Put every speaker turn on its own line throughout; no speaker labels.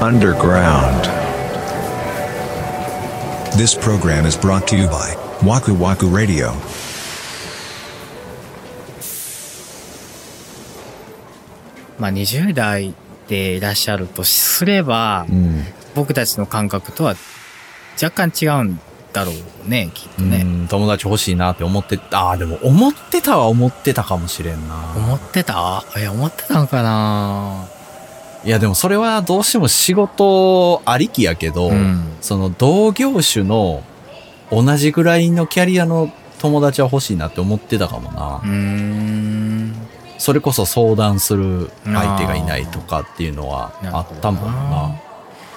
underground.
This program is brought to you by Waku Waku Radio.
まあ、20代でいらっしゃるとすれば、僕たちの感覚とは若干違うんだろうね、きっとね。
うん、友達欲しいなって思って、ああ、でも思ってたは思ってたかもしれんな。
思ってたえ、思ってたんかない
や、でもそれはどうしても仕事ありきやけど、
うん
その同業種の同じぐらいのキャリアの友達は欲しいなって思ってたかもな。
うーん。
それこそ相談する相手がいないとかっていうのはあったもんな。
なるほどな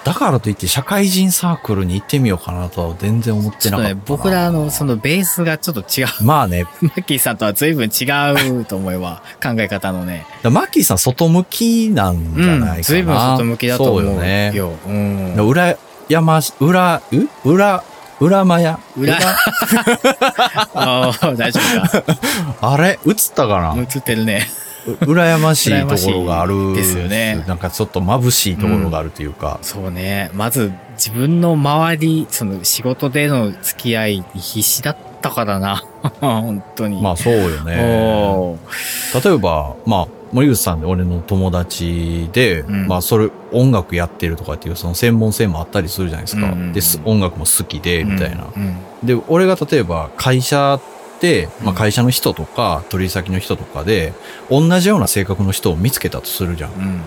だからといって社会人サークルに行ってみようかなとは全然思っ
ち
て
ょ
な
っと
かった
ね
な。、
僕らのそのベースがちょっと違う。
まあね、
マッキーさんとは随分違うと思え ば、考え方のね。
だマッキーさん外向きなんじゃないかな。
うん、随分外向きだと思うよ。
そうよね。
うん。
裏山し、裏、う裏、裏間や。
裏 あー大丈 夫か。
あれ映ったかな
映ってるね。
う羨ましいところがあ
羨
る。
ましいですよね
なんかちょっと眩しいところがあるというか。
そうね。まず自分の周り、その仕事での付き合いに必死だったからな。 本当に。
まあそうよね。
おー
例えば、まあ、森口さんで俺の友達で、
ん
まあそれ音楽やってるとかっていうその専門性もあったりするじゃないですか。
うん
です音楽も好きで、みたいな。
うんうん
で、俺が例えば会社で、まあ、会社の人とか取引先の人とかで、同じような性格の人を見つけたとするじゃん。
うん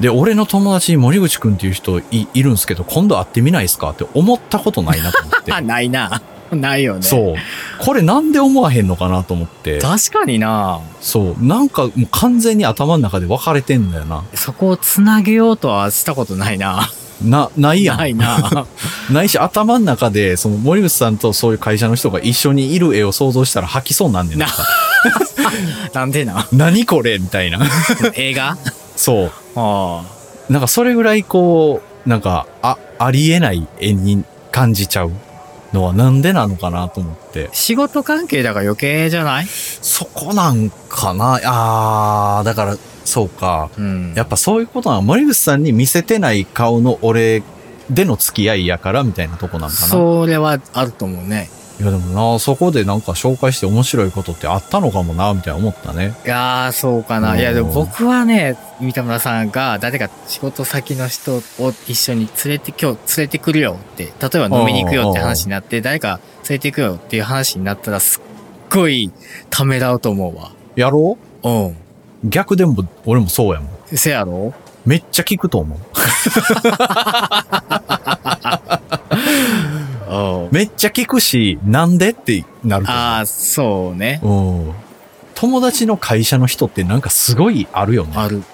で、俺の友達に森口くんっていう人いいるんすけど、今度会ってみないですかって思ったことないなと思っ
あ、
て。
ないな。ないよね。
そう。これなんで思わへんのかなと思って。
確かにな。
そう。なんかもう完全に頭の中で分かれてんだよな。
そこをつなげようとはしたことないな。
な、ないやん。
ないな。
ないし、頭の中で、その森口さんとそういう会社の人が一緒にいる絵を想像したら吐きそうになんねんな
な。なんで な。
何これみたいな。
映画
そう。
あ
なんかそれぐらいこう、なんか、あ、ありえない絵に感じちゃうのはなんでなのかなと思って。
仕事関係だから余計じゃない
そこなんかなあー、だから、そうか。
うん。
やっぱそういうことなの。森口さんに見せてない顔の俺での付き合いやからみたいなとこなんかな。
それはあると思うね。
いやでもな、そこでなんか紹介して面白いことってあったのかもな、みたいな思ったね。
いやー、そうか
う
な。
ん
いや、でも僕はね、三田村さんが、誰か仕事先の人を一緒に連れて、今日連れてくるよって、例えば飲みに行くよって話になって、誰か連れて行くよっていう話になったら、すっごいためらうと思うわ。
やろう
うん。
逆でも、俺もそうやもん。
せやろ
めっちゃ聞くと思う。
うん。
めっちゃ聞くし、なんでってなると思う
ああ、そうね。
うん友達の会社の人ってなんかすごいあるよね。
あ る。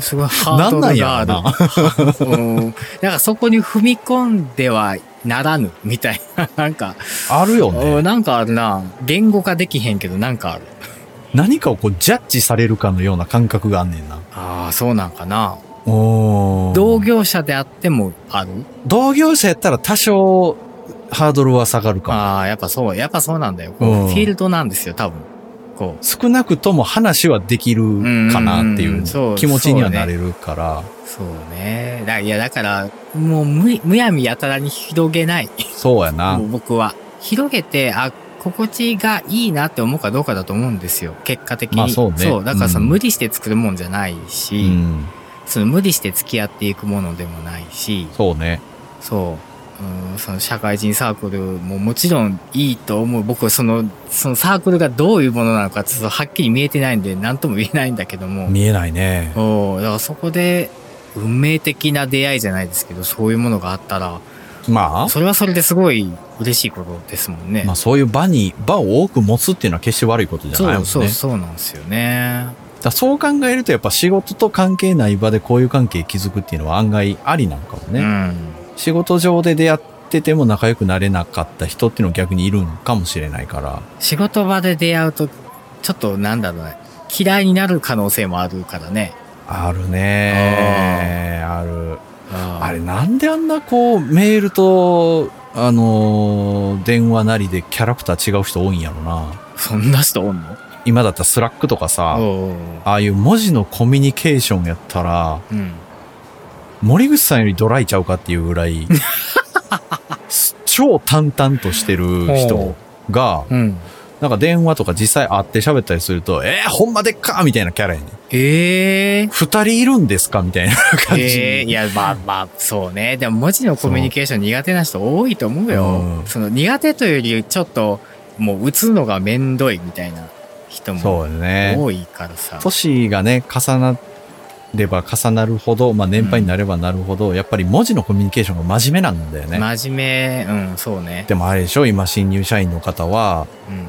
すごいハードルがある。
なんなんや
うん。なんかそこに踏み込んではならぬ、みたいな。なんか、
あるよ
う
ね
ん。なんかあるな。言語化できへんけど、なんかある。
何かをこうジャッジされるかのような感覚があんねんな。
ああ、そうなんかな。
おー
同業者であってもある
同業者やったら多少ハードルは下がるかも。
ああ、やっぱそう、やっぱそうなんだよ。こ
うん
うフィールドなんですよ、多分。こ
少なくとも話はできるかなってい
うんうんう
うん
そう
気持ちに
そ
は
うね
なれるから。
う。そうね。だいや、だから、もうむ、むやみやたらに広げない。
そうやな
もう。僕は。広げて、あ、心地がいいなって思うかどうかだと思うんですよ。結果的に。
まあそうね
だからさ、
うん
無理して作るもんじゃないうし、
ん。
その無理して付き合っていくものでもないし、
そうね。
そう。うん、その社会人サークルももちろんいいと思う。僕はその、そのサークルがどういうものなのかちょっとはっきり見えてないんで何とも言えないんだけども。
見えないね。
おうだからそこで運命的な出会いじゃないですけど、そういうものがあったら、
まあ、
それはそれですごい嬉しいことですもんね。
まあそういう場に、場を多く持つっていうのは決して悪いことじゃないもんね。
そうそうそうなんですよね。
だからそう考えるとやっぱ仕事と関係ない場でこういう関係築くっていうのは案外ありなのかもね、
うん。
仕事上で出会ってても仲良くなれなかった人っていうのは逆にいるのかもしれないから
仕事場で出会うと、ちょっとなんだろうね。嫌いになる可能性もあるからね。
あるねあるあ
あ
れなんであんなこうメールとあのー電話なりでキャラクター違う人多いんやろな
そんな人おんの
今だったらスラックとかさ
おうおうおう
ああいう文字のコミュニケーションやったら
うん。
森口さんよりドライちゃうかっていうぐら い、す超淡々としてる人が、
うん。
なんか電話とか実際会って喋ったりすると、えー、ほんまでっかみたいなキャラやねん。
ええ
二人いるんですかみたいな 感じ。
ええいや、まあまあ、そうね。でも文字のコミュニケーション苦手な人多いと思うよ
う。ん
その苦手というより、ちょっと、もう打つのがめんどいみたいな人も
そう ね。
多いからさ。
年がね、重なれば重なるほど、まあ年配になればなるほど、やっぱり文字のコミュニケーションが真面目なんだよね。
真面目、うん、そうね。
でもあれでしょ今新入社員の方は、
うん。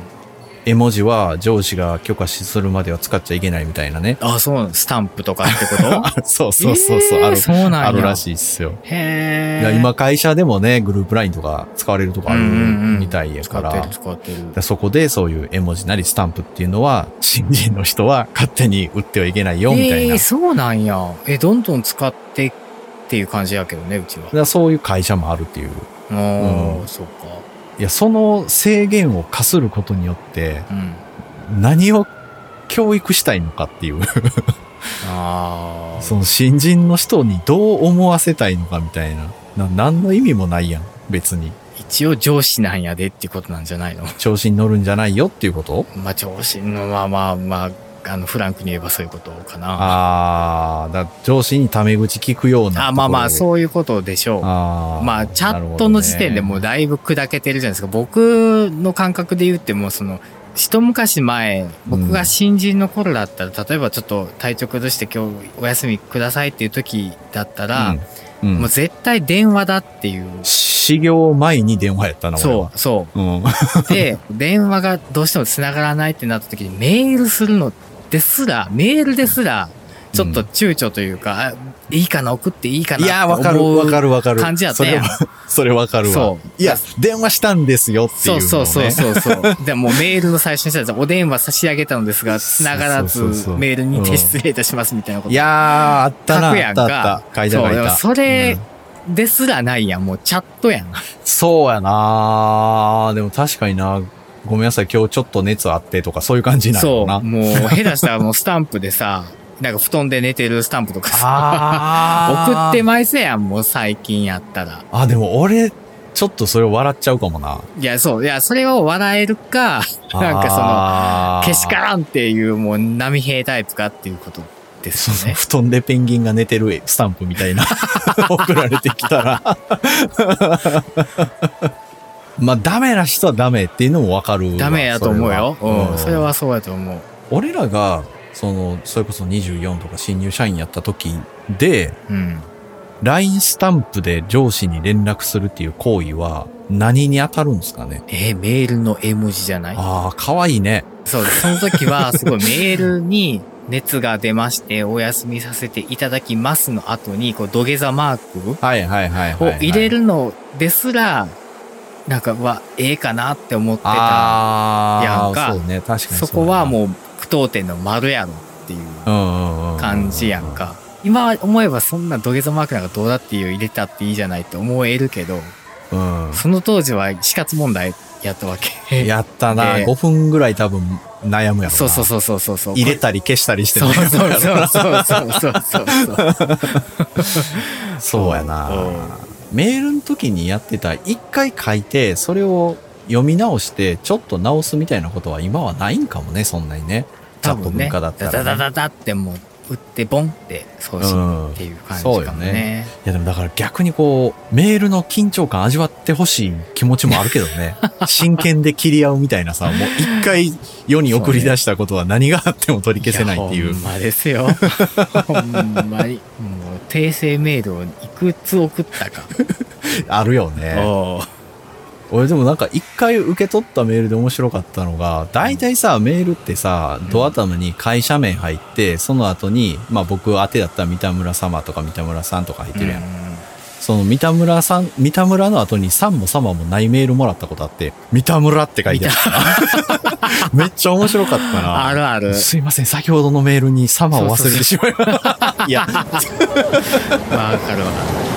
絵文字は上司が許可するまでは使っちゃいけないみたいな ね。
あ、そう、スタンプとかってこと
そう そうそうそう、
えー
ある
そうなんや
あるらしいっすよ。
へえ。
いや今会社でもね、グループラインとか使われるとかある
うんうんうん
みたいやから、
使ってる、使ってる。
でそこでそういう絵文字なりスタンプっていうのは、新人の人は勝手に打ってはいけないよみたいな。
えー
だ
そうなんや。え、どんどん使ってっていう感じやけどね、うちは
か。らそういう会社もあるっていう。
おー、
うん
そうか。
いや、その制限を課することによって、
うん。
何を教育したいのかっていう、
ああ。
その新人の人にどう思わせたいのかみたいな。な何の意味もないやん、別に。
一応上司なんやでっていうことなんじゃないの
調子に乗るんじゃないよっていうこと
まあ上司の、まあまあまあ、あの、フランクに言えばそういうことかな。あ
ああ、だ上司にタメ口聞くような。
まあまあ、
う。
そういうことでしょう。
あー
まあ、チャットの時点でもうだいぶ砕けてるじゃないですか。僕の感覚で言っても、その、一昔前、僕が新人の頃だったら、例えばちょっと体調崩して今日お休みくださいっていう時だったら、、
うんうん
もう絶対電話だっていう。
始業前に電話やったな、俺
そ
は。
う、そう。
うん。
で、電話がどうしても繋がらないってなった時にメールするのですら、メールですら、ちょっと躊躇というか、あいいかな、送っていいか
いや、
な
わ
って
かる
思
わか
う
るわかる。
感じやった
それ
やん
は。、 それわかるわ。
そ
いや、電話したんですよっていう、
そう
ね。
そうそうそうそう。 でもうメールの最初にしたら、お電話差し上げたのですが、
そうそう
繋
そう
がらず
そうそう
メールにて失礼いたしますみたいなこと。
いやー、あったな、
書く
あ
や
っ
ん
た
か
あった。書いた書
そう
い
でも
た。
それ
うん
ですらないやん、もうチャットやん。
そうやなでも確かになごめんなさい、今日ちょっと熱あってとか、そういう感じな
そ
の
う。
かな。
もう下手したらもうスタンプでさ、なんか布団で寝てるスタンプとかさ、
あ
送って
ま、
まいせやん、もう最近やったら。
あ、でも俺、ちょっとそれ笑っちゃうかもな。
いや、そう。いや、それを笑えるか、なんかそ
か
の、けしからんっていう、もう、波平タイプかっていうことですよね。
布団でペンギンが寝てるスタンプみ たいな送られてきたら まあダメな人はダメっていうのもわかるわ
ダメやと思うよ。
それは
うん。それはそうやと思う。
俺らがそのそれこそ24とか新入社員やった時で
うん。
LINE スタンプで上司に連絡するっていう行為は何に当たるんですかね
えーメールの絵文字じゃない
ああ可愛いね
そうです。その時は、すごいメールに熱が出まして、お休みさせていただきますの後に、こう、土下座マー
はいはいはい
ク
は
を
い、はい、
入れるのですら、なんか、は、ええかなって思ってた。
あ
やん
あ
か
そうね確かに
そこは
う
もう、句読点の丸やろっていう。
だなうんうんうん
感じやんか。今思えばそんな土下座マークなんかどうだっていう入れたっていいじゃないって思えるけど、
うん
その当時は死活問題やったわけ。
やったな。
で
5分ぐらい多分悩むやろな。
そうそうそうそうそうそう。
入れたり消したりして
そうそう
悩むやろ
そうそうそうそうそうそう。
そうや
うん
な。メールの時にやってた、一回書いて、それを読み直して、ちょっと直すみたいなことは今はないんかもね、そんなにね。チャ
多
ット
分
文
ね、
化だ
ダ
っ
ダ
たら、
ダ
ね。
ダダってもう打ってボンって送信
うん。
って
い
いう感じ
そうよ
かも
ね
ね。
やでもだから逆にこう、メールの緊張感味わってほしい気持ちもあるけどね。真剣で切り合うみたいなさ、もう一回世に送り出したことは何があっても取り消せないっていう。
やほんまですよ。 ほんまに。もう訂正メールをいくつ送ったか。
あるよね。
おう
俺でもなんか一回受け取ったメールで面白かったのが、大体さ、メールってさ、ドアタムに会社名入って、その後に、まあ僕宛てだったら三田村様とか三田村さんとか入ってるやん。その三田村さん、三田村の後にさんも様もないメールもらったことあって、三田村って書いてあった。 めっちゃ面白かったな。
あるある。
すいません、先ほどのメールに様を忘れてしまいました。いや、
まあわかるわ。